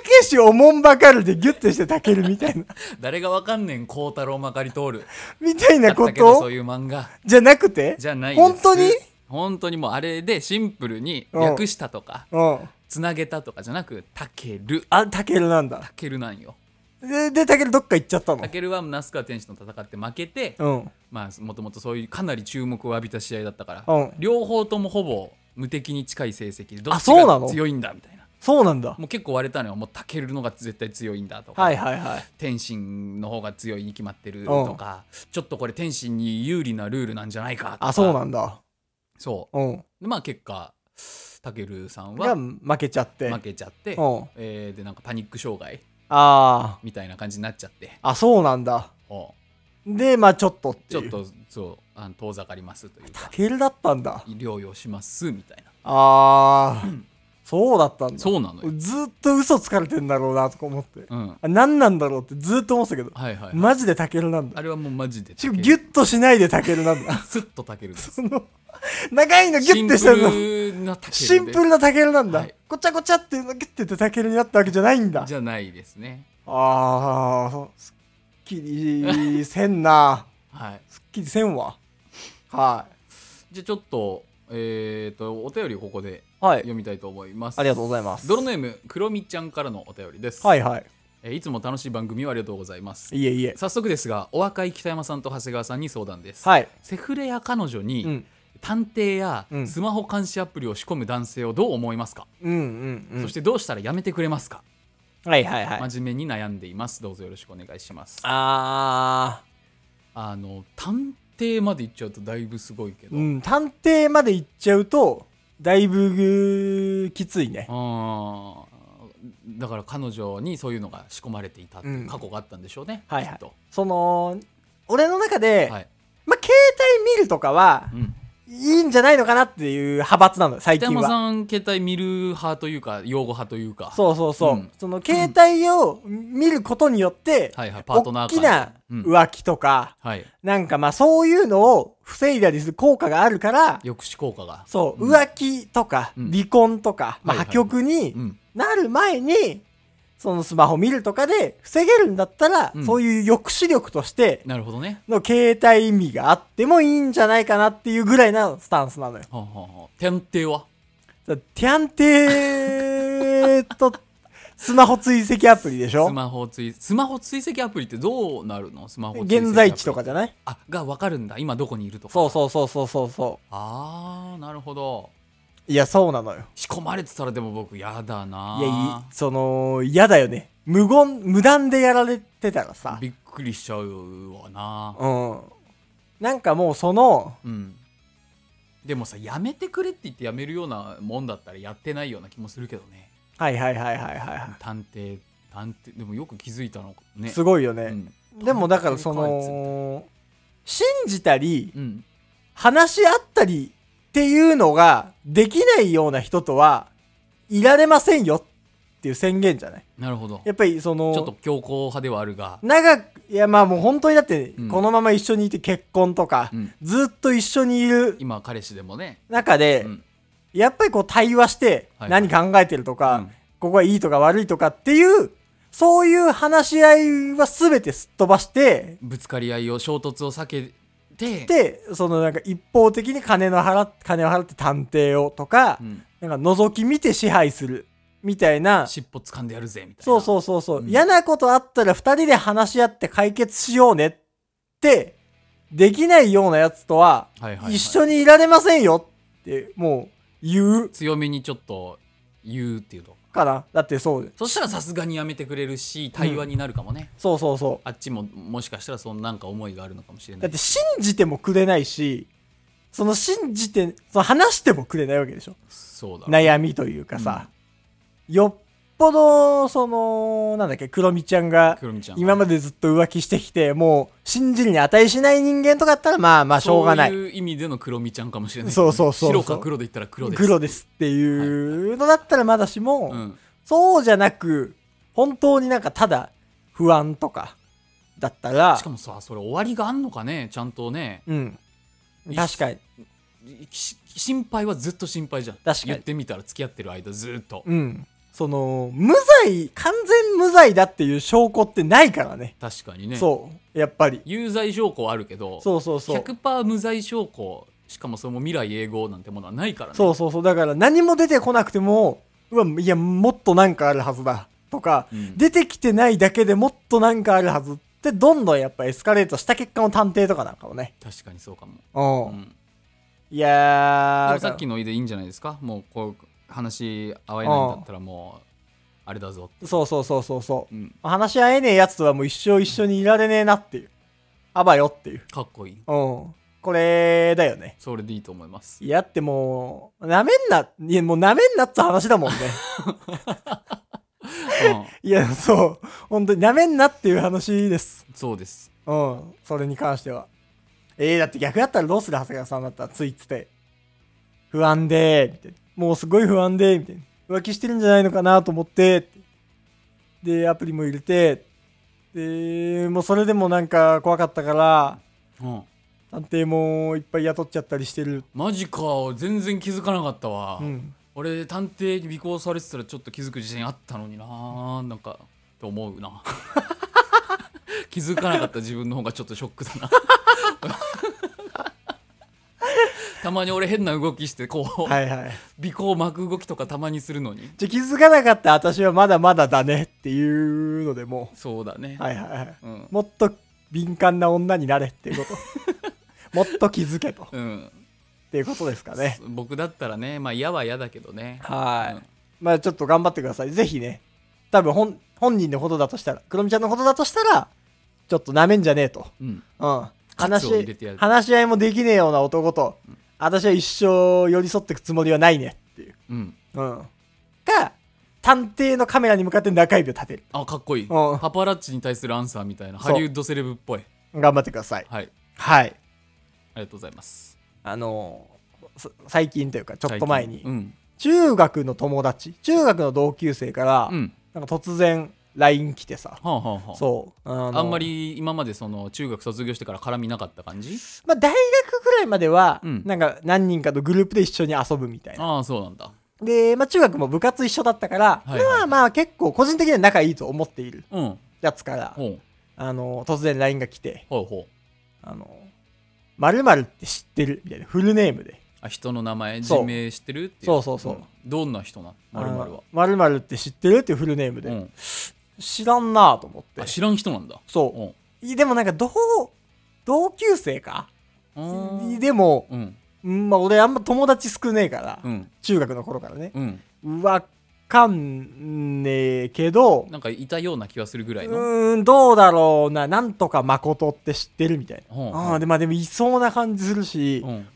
Speaker 2: けしおもんばかるでギュッてしてたけるみたいな、
Speaker 1: (laughs) 誰がわかんねん孝太郎まかり通る
Speaker 2: みたい
Speaker 1: だっ
Speaker 2: な
Speaker 1: た
Speaker 2: こ
Speaker 1: けどそ
Speaker 2: と
Speaker 1: ういう漫画
Speaker 2: じゃなくて
Speaker 1: じゃないです
Speaker 2: 本当に
Speaker 1: 本当にもうあれでシンプルに
Speaker 2: うん
Speaker 1: 略したとか
Speaker 2: うん。
Speaker 1: つなげたとかじゃなくタケル
Speaker 2: あ、たけるなんだ
Speaker 1: タ。ケルなんよ
Speaker 2: で、で、たけるどっか行っちゃったの
Speaker 1: タ。ケルは那須川天心と戦って負けて
Speaker 2: うん。
Speaker 1: まあもともとそういうかなり注目を浴びた試合だったから、
Speaker 2: うん
Speaker 1: 両方ともほぼ無敵に近い成績でどっち
Speaker 2: そうなの
Speaker 1: が強いんだみたいな
Speaker 2: そうなんだ。
Speaker 1: もう結構割れたのよもうタケルのが絶対強いんだとか、
Speaker 2: はいはいはい。
Speaker 1: 天心の方が強いに決まってるとか、ちょっとこれ天心に有利なルールなんじゃないかとか
Speaker 2: あ、そうなんだ。
Speaker 1: そ
Speaker 2: うん。
Speaker 1: うでまあ結果タケルさんは
Speaker 2: が負けちゃって。
Speaker 1: 負けちゃって、
Speaker 2: うん。
Speaker 1: えーでなんかパニック障害
Speaker 2: あ
Speaker 1: みたいな感じになっちゃって
Speaker 2: あ。あ、そうなんだ。
Speaker 1: お
Speaker 2: で、まあちょっとって
Speaker 1: ち
Speaker 2: い
Speaker 1: ょ
Speaker 2: う。
Speaker 1: っ。とそうあの遠ざかりますという
Speaker 2: た
Speaker 1: か
Speaker 2: けるだったんだ。
Speaker 1: 療養しますみたいな
Speaker 2: ああ。そうだったんだ。
Speaker 1: そうなのよ、
Speaker 2: ずーっと嘘つかれてんだろうなとか思って。
Speaker 1: うん、はい
Speaker 2: あ、何なんだろうってずーっと思ってたけど。
Speaker 1: はいはい、
Speaker 2: マジでタケルなんだ。
Speaker 1: あれはもうマジで
Speaker 2: しかもギュ
Speaker 1: ッ
Speaker 2: ッとしないでタケルなん (laughs) だ。
Speaker 1: スッとタケルです
Speaker 2: その、長いのギュッてしてるの。
Speaker 1: シンプルなタケルです
Speaker 2: シンプルなタケルなんだ。
Speaker 1: はい
Speaker 2: ごちゃごちゃっていうのギュッてやってタケルになったわけじゃないんだ。
Speaker 1: じゃないですね
Speaker 2: あー、すっきりせんな。
Speaker 1: はい
Speaker 2: すっきりせんわ。は
Speaker 1: じゃあちょっとえっ、とお便りをここで
Speaker 2: い。は。
Speaker 1: 読みたいと思います、
Speaker 2: ありがとうございます。
Speaker 1: ドロネームクロミちゃんからのお便りです、
Speaker 2: はいはい。
Speaker 1: えーいつも楽しい番組をありがとうございます
Speaker 2: いえいえ。
Speaker 1: 早速ですがお若い北山さんと長谷川さんに相談です、
Speaker 2: はい。
Speaker 1: セフレや彼女に、
Speaker 2: うん。
Speaker 1: 探偵や
Speaker 2: うん
Speaker 1: スマホ監視アプリを仕込む男性をどう思いますか、
Speaker 2: うんうんうん。
Speaker 1: そしてどうしたらやめてくれますか、
Speaker 2: はいはいはい。
Speaker 1: 真面目に悩んでいますどうぞよろしくお願いしますあ
Speaker 2: あ
Speaker 1: の探偵まで行っちゃうとだいぶすごいけ
Speaker 2: ー。
Speaker 1: ど、
Speaker 2: うん。探偵まで行っちゃうと、だいぶぐーきついね。
Speaker 1: あーだから彼女にそういうのが仕込まれていたってい
Speaker 2: うん
Speaker 1: う過去があったんでしょうね、
Speaker 2: はい
Speaker 1: き
Speaker 2: は
Speaker 1: っ
Speaker 2: い
Speaker 1: と。
Speaker 2: その、俺の中で、
Speaker 1: はい
Speaker 2: まあ、携帯見るとかは、
Speaker 1: うん、
Speaker 2: いいんじゃないのかなっていう派閥なのよ、最
Speaker 1: 北
Speaker 2: 近
Speaker 1: 山
Speaker 2: は。
Speaker 1: さん携帯見る派というか用語派というか
Speaker 2: そうそうそう。
Speaker 1: うん
Speaker 2: その携帯を見ることによって、
Speaker 1: はいはいパートナ
Speaker 2: 大
Speaker 1: ー間
Speaker 2: きな
Speaker 1: うん
Speaker 2: 浮気とか、
Speaker 1: はい
Speaker 2: なんかまあそういうのを防いだりする効果があるから、
Speaker 1: 抑止効果が
Speaker 2: そう、
Speaker 1: うん
Speaker 2: 浮気とか、
Speaker 1: うん
Speaker 2: 離婚とか、まあ
Speaker 1: はいは
Speaker 2: 破
Speaker 1: い
Speaker 2: 局
Speaker 1: う
Speaker 2: に
Speaker 1: ん
Speaker 2: なる前に、そのスマホ見るとかで防げるんだったら、
Speaker 1: うん
Speaker 2: そういう抑止力として
Speaker 1: なるほどね
Speaker 2: の携帯意味があってもいいんじゃないかなっていうぐらいなスタンスなのよ。
Speaker 1: はあはあはあ天帝は
Speaker 2: だティアンテーと、スマホ追跡アプリでし
Speaker 1: ス
Speaker 2: ょ
Speaker 1: マホ追スマホ追跡アプリってどうなるのスマホ追跡アプリ
Speaker 2: 現在地とかじゃない
Speaker 1: あが分かるんだ今どこにいるとか
Speaker 2: そうそうそうそうそうそ
Speaker 1: ああなるほど
Speaker 2: う。いや、そうなのよ。
Speaker 1: 仕込まれてたらでも僕やだない
Speaker 2: や、いその、嫌だよね。無言、無断でやられてたらさ。
Speaker 1: びっくりしちゃうわな
Speaker 2: うん。なんかもうその、
Speaker 1: うんでもさやめてくれって言ってやめるようなもんだったらやってないような気もするけどね
Speaker 2: はいはいはいはいは
Speaker 1: 探偵探偵でもよく気づいたの
Speaker 2: い。
Speaker 1: ね
Speaker 2: すごいよ
Speaker 1: う
Speaker 2: ね。
Speaker 1: ん
Speaker 2: でもだからそ
Speaker 1: 探偵かい
Speaker 2: の、信じたり
Speaker 1: つ、うん
Speaker 2: 話し合ったりっていうのができないような人とはいられませんよっていう宣言じゃない
Speaker 1: なるほどち
Speaker 2: やっぱりその、
Speaker 1: ょっと強硬派ではあるが
Speaker 2: 長く、いやまあもう本当にだって
Speaker 1: う、ん
Speaker 2: このまま一緒にいて結婚とか、
Speaker 1: うん
Speaker 2: ずっと一緒にいる
Speaker 1: 今彼氏でもね
Speaker 2: 中で、
Speaker 1: うん
Speaker 2: やっぱりこう対話して、
Speaker 1: はい
Speaker 2: 何考えてるとか、
Speaker 1: うん
Speaker 2: ここはいいとか悪いとかっていう、そういう話し合いは全てすっ飛ばして、
Speaker 1: ぶつかり合いを衝突を避けて
Speaker 2: で、そのなんか一方的に金の払っ、金を払って探偵をとか
Speaker 1: う、ん
Speaker 2: なんか覗き見て支配するみたいな、
Speaker 1: 尻尾掴んでやるぜみたいな
Speaker 2: そう
Speaker 1: う
Speaker 2: そうそうそう、
Speaker 1: ん
Speaker 2: 嫌なことあったら二人で話し合って解決しようねってできないようなやつとは
Speaker 1: はいはいはい
Speaker 2: 一緒にいられませんよってもう言う
Speaker 1: 強めにちょっと言うっていうと
Speaker 2: かなだってそう
Speaker 1: そしたらさすがにやめてくれるし対話になるかもね、
Speaker 2: そうそうそ
Speaker 1: あっちももしかしたらそのなんか思いがあるのかもしれ
Speaker 2: う
Speaker 1: な
Speaker 2: だっ
Speaker 1: い
Speaker 2: て信じてもくれないしその信じてその話してもくれないわけでしょ
Speaker 1: そうだろう
Speaker 2: 悩みというかさ、よっぽどそのなんだっけクロミちゃんが
Speaker 1: くるみちゃん
Speaker 2: 今までずっと浮気してきてもう信じるに値しない人間とかだったらまあまあしょうがない
Speaker 1: そういう意味での黒みちゃんかもしれない
Speaker 2: そうそうそうそう
Speaker 1: 白か黒で言ったら黒です
Speaker 2: 黒ですっていうのだったらまだしも、
Speaker 1: うん、
Speaker 2: そうじゃなく本当になんかただ不安とかだったら
Speaker 1: しかもさそれ終わりがあんのかねちゃんとね
Speaker 2: うん確かに
Speaker 1: し心配はずっと心配じゃん
Speaker 2: 確かに
Speaker 1: 言ってみたら付き合ってる間ずっと、
Speaker 2: うんその無罪完全無罪だっていう証拠ってないからね
Speaker 1: 確かにね
Speaker 2: そうやっぱり
Speaker 1: 有罪証拠はあるけど
Speaker 2: そうそうそう
Speaker 1: 100%無罪証拠しかもその未来永劫なんてものはないからね
Speaker 2: そうそうそうだから何も出てこなくてもうわいやもっとなんかあるはずだとか、
Speaker 1: うん
Speaker 2: 出てきてないだけでもっとなんかあるはずってどんどんやっぱエスカレートした結果の探偵とかなんかもね
Speaker 1: 確かにそうかも、
Speaker 2: うん、
Speaker 1: うん、
Speaker 2: いやー
Speaker 1: でも
Speaker 2: だか
Speaker 1: さ
Speaker 2: ら
Speaker 1: っきのいでいいんじゃないですかもうこう話し合えないんだったらもうあれだぞ
Speaker 2: そうそうそうそうそう
Speaker 1: う、ん、
Speaker 2: 話し合えねえやつとはもう一生一緒にいられねえなっていうあばよっていう
Speaker 1: かっこいい
Speaker 2: うんこれだよね
Speaker 1: それでいいと思います
Speaker 2: いやってもうなめんないやもうなめんなって話だも
Speaker 1: (laughs)
Speaker 2: んね
Speaker 1: う
Speaker 2: いやそう本当になめんなっていう話です
Speaker 1: ん、そうです
Speaker 2: うんそれに関してはえー、だって逆だったらどうする長谷川さんだったらついつて不安でみたいなもうすごい不安でみたいな浮気してるんじゃないのかなと思ってでアプリも入れてでもうそれでもなんか怖かったから
Speaker 1: うん、
Speaker 2: 探偵もいっぱい雇っちゃったりしてる。
Speaker 1: マジか全然気づかなかったわ、
Speaker 2: うん。
Speaker 1: 俺探偵に尾行されてたらちょっと気づく自信あったのにななんかと思うな気づかなかった自分の方がちょっとショックだなたまに俺変な動きしてこう、
Speaker 2: はいはい。
Speaker 1: 尾行巻く動きとかたまにするのに
Speaker 2: じゃあ気づかなかった私はまだまだだねっていうのでも
Speaker 1: そうだね、
Speaker 2: う。はいはいはい。
Speaker 1: うん、
Speaker 2: もっと敏感な女になれっていうこと。もっと気づけと。っ
Speaker 1: うん
Speaker 2: ていうことですかね。
Speaker 1: 僕だったらねまあ嫌は嫌だけどね
Speaker 2: は
Speaker 1: うん
Speaker 2: い。まあちょっと頑張ってください。ぜひね。多分本、本人のことだとしたら、クロミちゃんのことだとしたら、ちょっと舐めんじゃねえと。
Speaker 1: うん
Speaker 2: うん。
Speaker 1: 喝
Speaker 2: 話
Speaker 1: を入れてや
Speaker 2: し
Speaker 1: る
Speaker 2: 話し合いもできねえような男と、私は一生寄り添ってくつもりはないねっていう。
Speaker 1: うん
Speaker 2: うん。か、探偵のカメラに向かって中指を立てる。
Speaker 1: あかっこいい
Speaker 2: うん
Speaker 1: パパラッチに対するアンサーみたいな
Speaker 2: そう
Speaker 1: ハリウッドセレブっぽい
Speaker 2: 頑張ってください。
Speaker 1: はい
Speaker 2: はい。
Speaker 1: ありがとうございます
Speaker 2: あのーさ最近というかちょっと前に、
Speaker 1: うん
Speaker 2: 中学の友達中学の同級生から、
Speaker 1: うん
Speaker 2: なんか突然 LINE 来てさ
Speaker 1: はあはあはあ
Speaker 2: そうあの
Speaker 1: あんまり今までその中学卒業してから絡みなかった感じ
Speaker 2: まあ、大学ぐらいまでは、
Speaker 1: うん
Speaker 2: なんか何人かとグループで一緒に遊ぶみたいな
Speaker 1: ああそうなんだ
Speaker 2: で、まあ、中学も部活一緒だったから、
Speaker 1: はいはい
Speaker 2: まあまあ結構個人的には仲いいと思っている
Speaker 1: うん
Speaker 2: やつから
Speaker 1: ほう
Speaker 2: あの突然 LINE が来て
Speaker 1: ほうほう
Speaker 2: 「あの〇〇って知ってる」みたいなフルネームで
Speaker 1: あ人の名前
Speaker 2: そう
Speaker 1: 人名知ってるってい
Speaker 2: そうそうそうん
Speaker 1: どんな人な
Speaker 2: 「
Speaker 1: まるまるは
Speaker 2: あの〇〇って知ってる?」っていうフルネームで、
Speaker 1: うん
Speaker 2: 知らんなと思って
Speaker 1: あ知らん人なんだ
Speaker 2: そういでもなんかどう同級生か
Speaker 1: うん
Speaker 2: でも、
Speaker 1: うん
Speaker 2: うんまあ、俺あんま友達少ねえから、
Speaker 1: うん
Speaker 2: 中学の頃からね
Speaker 1: うん
Speaker 2: わかんねえけど、
Speaker 1: なんかいたような気がするぐら
Speaker 2: う
Speaker 1: いの
Speaker 2: ーん、どうだろうな、なんとか誠って知ってるみたいな。
Speaker 1: ほうほう
Speaker 2: ああ、でまあでもいそうな感じするし
Speaker 1: う、ん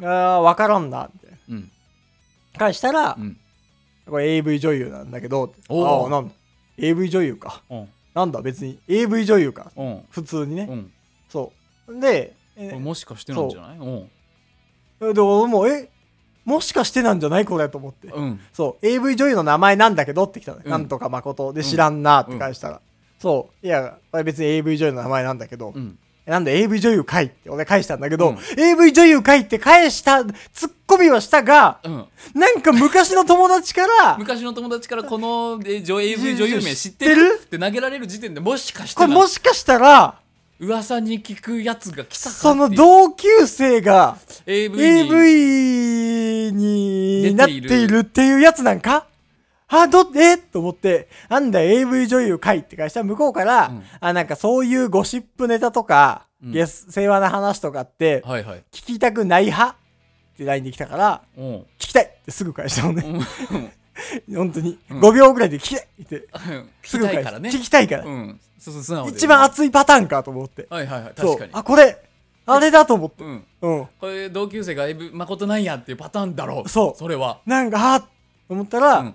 Speaker 2: うん、ああー、わからんな、みたいな。
Speaker 1: うん
Speaker 2: からしたら
Speaker 1: う、ん
Speaker 2: これ AV 女優なんだけど、
Speaker 1: おー
Speaker 2: ああ、なんだ、AV 女優か。
Speaker 1: うん
Speaker 2: なんだ、別に AV 女優か。
Speaker 1: うん
Speaker 2: 普通
Speaker 1: う
Speaker 2: にね。
Speaker 1: ん
Speaker 2: そう。で、
Speaker 1: こ
Speaker 2: え
Speaker 1: れもしかしてなんじゃないうん
Speaker 2: で、俺も、え、もしかしてなんじゃないこれと思って。
Speaker 1: うん
Speaker 2: そう、AV 女優の名前なんだけどって来たのよ、
Speaker 1: うん
Speaker 2: なんとか誠で知らんなって返したら、そう、いや、これ別に AV 女優の名前なんだけど、
Speaker 1: うん
Speaker 2: なんで AV 女優かいって俺返したんだけど、
Speaker 1: うん
Speaker 2: AV 女優かいって返した、ツッコミはしたが、
Speaker 1: うん
Speaker 2: なんか昔の友達から、
Speaker 1: 昔の友達からこのえ女 AV 女優名知って
Speaker 2: 知っ
Speaker 1: る
Speaker 2: てる
Speaker 1: って投げられる時点でもしかして
Speaker 2: これ
Speaker 1: なん
Speaker 2: もしかしたら、
Speaker 1: 噂に聞くやつが来たか
Speaker 2: その
Speaker 1: っていう
Speaker 2: 同級生が
Speaker 1: AV に
Speaker 2: AV になっているっていうやつなんかあ、ど、えと思って、なんだ AV 女優かいって会社向こうから、
Speaker 1: うん
Speaker 2: あ、なんかそういうゴシップネタとか、
Speaker 1: うん
Speaker 2: ゲス、世話な話とかって、
Speaker 1: はいはい
Speaker 2: 聞きたくない派って LINE できたから、
Speaker 1: うんうん
Speaker 2: 聞きたいってすぐ返したのね。 (laughs) 本当に。
Speaker 1: うん
Speaker 2: 5秒ぐらいで聞きたいって。
Speaker 1: 聞きたいからね
Speaker 2: 聞きたいから。
Speaker 1: うんそうそう素直で
Speaker 2: 一番熱いパターンかと思って。
Speaker 1: はいはいはい
Speaker 2: そ
Speaker 1: 確か
Speaker 2: う
Speaker 1: に。
Speaker 2: あ、これ、あれだと思って。
Speaker 1: うん
Speaker 2: うん。
Speaker 1: これ同級生が AV 誠なんやっていうパターンだろう
Speaker 2: そう
Speaker 1: それは
Speaker 2: なんか、あーと思ったら、
Speaker 1: うん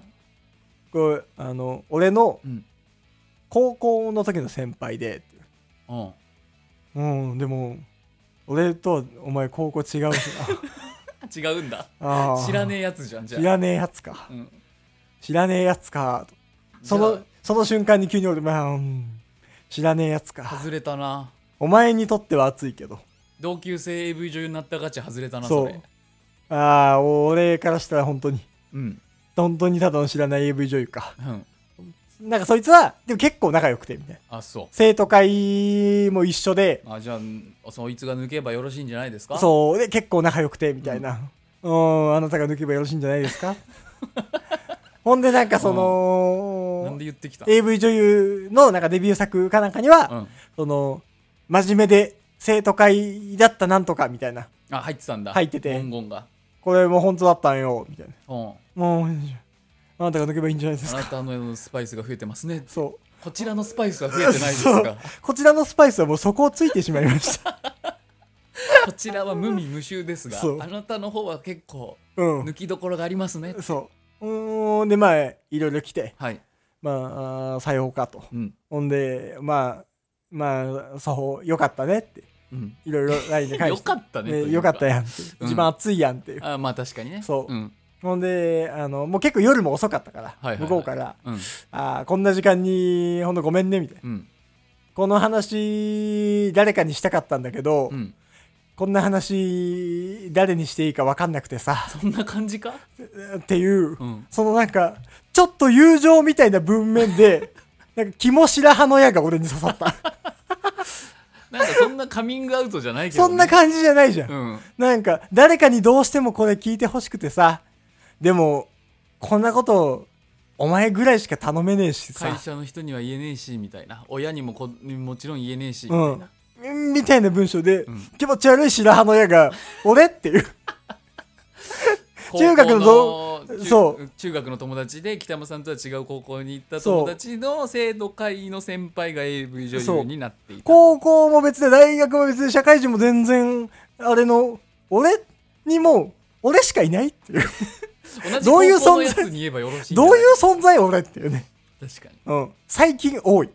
Speaker 2: こう、あの、俺の
Speaker 1: うん
Speaker 2: 高校の時の先輩で、
Speaker 1: うん
Speaker 2: うん、でも、俺とはお前高校違うし
Speaker 1: (laughs)
Speaker 2: な。
Speaker 1: 違うんだ
Speaker 2: あ
Speaker 1: 知ら
Speaker 2: え。
Speaker 1: ねえやつじゃんじゃ
Speaker 2: 知
Speaker 1: あ
Speaker 2: らねえやつか
Speaker 1: う。ん
Speaker 2: 知らねえやつか。とそ
Speaker 1: じゃ
Speaker 2: の、その瞬間に急に俺、まあ、うん知らねえやつ
Speaker 1: あ
Speaker 2: か。
Speaker 1: 外れたな
Speaker 2: お前にとっては熱いけど。
Speaker 1: 同級生 AV 女優になったガチ外れたな
Speaker 2: そ
Speaker 1: そうれ
Speaker 2: ああ、俺からしたら本当に、
Speaker 1: うん
Speaker 2: 本当にただの知らない AV 女優か。
Speaker 1: うん
Speaker 2: なんかそいつは、でも結構仲良くて、みたいな。
Speaker 1: あそ
Speaker 2: 生徒会も一緒で、
Speaker 1: うあじゃあそいつが抜けばよろしいんじゃないですか
Speaker 2: そう、で、結構仲良くて、みたいな。うん、あなたが抜けばよろしいんじゃないです
Speaker 1: (laughs)
Speaker 2: かほんで、なんかそ
Speaker 1: なん
Speaker 2: の
Speaker 1: で、言ってきた
Speaker 2: AV 女優のなんかデビュー作かなんかに
Speaker 1: う
Speaker 2: は、
Speaker 1: ん
Speaker 2: その、真面目で生徒会だったなんとか、みたいな。
Speaker 1: あ入ってたんだ
Speaker 2: 入ってて
Speaker 1: 文言が
Speaker 2: これも本当だったんよ、みたいな。
Speaker 1: うん
Speaker 2: もう、あなたが抜けばいいんじゃないです
Speaker 1: あな
Speaker 2: か。
Speaker 1: たのスパイスが増えてますね。
Speaker 2: そう。
Speaker 1: こちらのスパイスは増えてないです
Speaker 2: そ
Speaker 1: が
Speaker 2: う、こちらのスパイスはもう底をついてしまいました。
Speaker 1: こちらは無味無臭ですが
Speaker 2: そう、
Speaker 1: あなたの方は結構
Speaker 2: う
Speaker 1: 抜
Speaker 2: ん。
Speaker 1: きどころがありますね。
Speaker 2: そう。うーん。で、まあ、いろいろ来て、
Speaker 1: はい。
Speaker 2: まああー、裁縫かと。
Speaker 1: うん。
Speaker 2: ほんで、まあ、まあ、作法、よかったねって、
Speaker 1: うん。
Speaker 2: いろいろ LINE で
Speaker 1: (laughs)
Speaker 2: 返
Speaker 1: よ
Speaker 2: し
Speaker 1: か
Speaker 2: て。
Speaker 1: ったね。という
Speaker 2: ね、よかった。やんって。
Speaker 1: うん
Speaker 2: 一番熱いやんっていう。
Speaker 1: あまあ確かにね。
Speaker 2: そう
Speaker 1: うん。
Speaker 2: ほんで、あの、もう結構夜も遅かったから、
Speaker 1: はいはい
Speaker 2: 向こうから、
Speaker 1: うん。
Speaker 2: ああ、こんな時間に、ほんとごめんね、みたいな。
Speaker 1: うん。
Speaker 2: この話、誰かにしたかったんだけど、
Speaker 1: うん。
Speaker 2: こんな話、誰にしていいか分かんなくてさ、
Speaker 1: そんな感じか
Speaker 2: っていう、
Speaker 1: うん。
Speaker 2: そのなんか、ちょっと友情みたいな文
Speaker 1: (laughs)
Speaker 2: 面で、なんか、肝白羽の矢が俺に刺さった。
Speaker 1: なんかそんなカミングアウトじゃないけど。
Speaker 2: そんな
Speaker 1: 感
Speaker 2: 感じじゃないじゃん。
Speaker 1: じ。うん。
Speaker 2: なんか、誰かにどうしてもこれ聞いてほしくてさ、でも、こんなこと、お前ぐらいしか頼めねえし
Speaker 1: 会
Speaker 2: さ、
Speaker 1: 社の人には言えねえし、みたいな。親にもこもちろん言えねえし、み
Speaker 2: う
Speaker 1: たい
Speaker 2: ん
Speaker 1: な。。
Speaker 2: みたいな文章で、
Speaker 1: ん
Speaker 2: 気持ち悪い白羽の
Speaker 1: (laughs)
Speaker 2: 矢が、俺っていう。
Speaker 1: 高校
Speaker 2: 中学の同
Speaker 1: 中
Speaker 2: そう
Speaker 1: 中学の友達で北山さんとは違う高校に行った友達の生徒会の先輩が AV 女優になっていた
Speaker 2: 高校も別で、大学も別で、社会人も全然、あれの、俺にも、俺しかいないっていう。
Speaker 1: 同じ
Speaker 2: どういう
Speaker 1: 高
Speaker 2: 存在
Speaker 1: 校のやつに言えばよろしいんじゃ
Speaker 2: ど
Speaker 1: な
Speaker 2: ういう存在俺っていうね。
Speaker 1: 確かに
Speaker 2: うん。最近多い。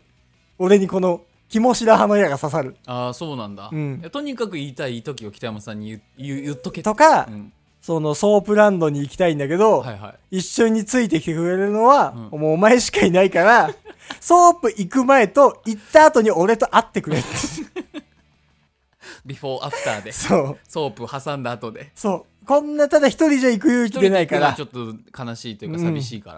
Speaker 2: 俺にこの、肝白羽の矢が刺さる。
Speaker 1: ああそうなんだ、
Speaker 2: うん
Speaker 1: いやとにかく言いたい時を北山さんに言う言う言っとけ
Speaker 2: (laughs) とか、
Speaker 1: うん、
Speaker 2: そのソープランドに行きたいんだけど、
Speaker 1: はいはい
Speaker 2: 一緒についてきてくれるのは、
Speaker 1: う
Speaker 2: もうお前しかいな
Speaker 1: (laughs)
Speaker 2: いから、ソープ行く前と行った後に俺と会っ
Speaker 1: (laughs)
Speaker 2: てくれって。
Speaker 1: ビフォーアフタ
Speaker 2: (laughs)
Speaker 1: ーで
Speaker 2: そう。
Speaker 1: ソープ挟んだ後で
Speaker 2: そう。こんなただ一人じゃ行く勇気出ないか
Speaker 1: 一
Speaker 2: ら
Speaker 1: 人、で行くのはちょっと悲しいというか
Speaker 2: うん
Speaker 1: 寂しいか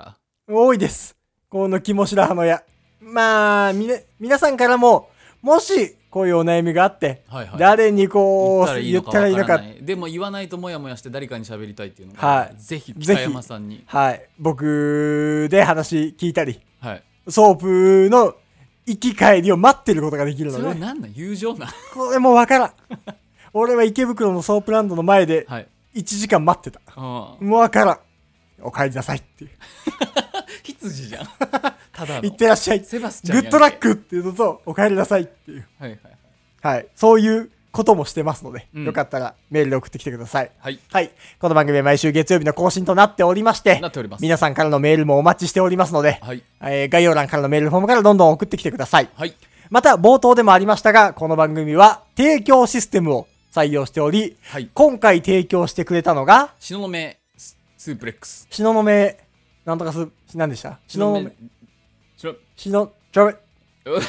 Speaker 1: ら、
Speaker 2: 多いです。この肝白羽の矢。まあ、みね、皆さんからも、もし、こういうお悩みがあって、
Speaker 1: はいはい
Speaker 2: 誰にこう、
Speaker 1: 言
Speaker 2: 言
Speaker 1: っ
Speaker 2: ったた
Speaker 1: ら
Speaker 2: ら
Speaker 1: いい
Speaker 2: いい
Speaker 1: の
Speaker 2: の
Speaker 1: か
Speaker 2: か
Speaker 1: わからないでも言わないとモヤモヤして誰かに喋りたいっていうのが、
Speaker 2: はい
Speaker 1: ぜひ
Speaker 2: ぜ
Speaker 1: 北
Speaker 2: ひ
Speaker 1: 山さんに
Speaker 2: はい。僕で話聞いたり、
Speaker 1: はい
Speaker 2: ソープの行き帰りを待ってることができる
Speaker 1: それ
Speaker 2: の
Speaker 1: は
Speaker 2: で、
Speaker 1: 何なん友情なん
Speaker 2: これもわからん。俺は池袋のソープランドの前で
Speaker 1: はい、
Speaker 2: 1時間待ってた。
Speaker 1: うん、
Speaker 2: もうわからん。お帰りなさいっていう。
Speaker 1: 羊じゃんただ
Speaker 2: 行
Speaker 1: の
Speaker 2: ってらっしゃい。
Speaker 1: セバスチャンや
Speaker 2: グ
Speaker 1: ん
Speaker 2: ッ
Speaker 1: け
Speaker 2: ドラックっていうのと、お帰りなさいっていう。
Speaker 1: はいはいはい
Speaker 2: はい。そういうこともしてますので、
Speaker 1: うん
Speaker 2: よかったらメールで送ってきてください。
Speaker 1: はい
Speaker 2: はい。この番組は毎週月曜日の更新となっておりまして
Speaker 1: な、っております
Speaker 2: 皆さんからのメールもお待ちしておりますので、
Speaker 1: はい
Speaker 2: えー概要欄からのメールフォームからどんどん送ってきてください。
Speaker 1: はい
Speaker 2: また、冒頭でもありましたが、この番組は提供システムを採用しており、
Speaker 1: はい
Speaker 2: 今回提供してくれたのが、
Speaker 1: 東雲ススープレックス
Speaker 2: 東雲、なんとかす、何でした東雲、
Speaker 1: 東雲
Speaker 2: 東雲、ちょい
Speaker 1: 東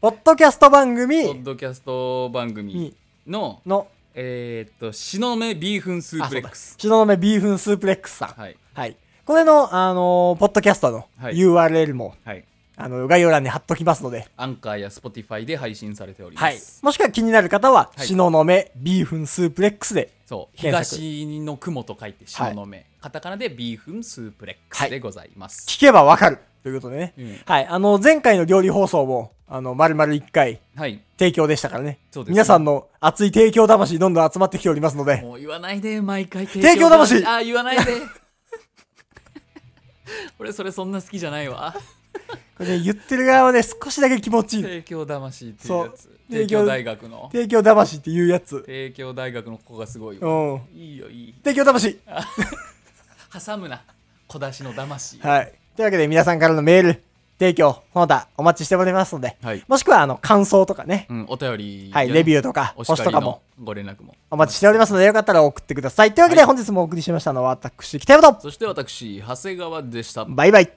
Speaker 2: ポッドキャスト番
Speaker 1: 雲ポッ
Speaker 2: 組
Speaker 1: ドキャスト番組の
Speaker 2: の、
Speaker 1: えー、っと東雲ビーフンスープ
Speaker 2: あ、そ
Speaker 1: レ
Speaker 2: う
Speaker 1: ッ
Speaker 2: だ
Speaker 1: クス
Speaker 2: 東雲ビーフンスープレックスさん。
Speaker 1: はい
Speaker 2: はい。これの、あのーポッドキャストの
Speaker 1: はい
Speaker 2: URL も、
Speaker 1: はい
Speaker 2: あの、概要欄に貼っときますので、
Speaker 1: アンカーやスポティファイで配信されております、
Speaker 2: はい。もしくは気になる方は、
Speaker 1: はい
Speaker 2: 東雲ビーフンスープレックスで、
Speaker 1: そう
Speaker 2: 検索
Speaker 1: 東の雲と書いて東雲、カタカナでビーフンスープレックスでございます、
Speaker 2: 聞けばわかるということでね。
Speaker 1: うん
Speaker 2: はい。あの、前回の料理放送も、あの、丸々1回、
Speaker 1: はい
Speaker 2: 提供でしたからね。
Speaker 1: そうですね
Speaker 2: 皆さんの熱い提供魂どんどん集まってきておりますので、
Speaker 1: もう言わないで毎回提
Speaker 2: 提供魂
Speaker 1: あー言わないで (laughs) 俺それそんな好きじゃないわ
Speaker 2: これね、言ってる側はね、少しだけ気持ちいい。
Speaker 1: 提供魂っていうやつ
Speaker 2: そう
Speaker 1: 提供大学の
Speaker 2: 提供魂っていうやつ。
Speaker 1: 帝京大学のここがすごいわ
Speaker 2: うん。
Speaker 1: いいよいい
Speaker 2: 提供魂
Speaker 1: 挟むな小出しの魂
Speaker 2: はい。というわけで皆さんからのメール、提供、この他お待ちしておりますので、
Speaker 1: はい
Speaker 2: もしくはあの、感想とかね、
Speaker 1: うん、お便り
Speaker 2: はい、レ
Speaker 1: ュ
Speaker 2: ビ
Speaker 1: ー
Speaker 2: ューとか、
Speaker 1: お
Speaker 2: 星
Speaker 1: 叱
Speaker 2: と
Speaker 1: り
Speaker 2: かも
Speaker 1: のご連絡も
Speaker 2: お待ちしておりますので、よかったら送ってください。というわけで
Speaker 1: はい
Speaker 2: 本日もお送りしましたのは、私、北山と、
Speaker 1: そして私長谷川でした
Speaker 2: バイバイ。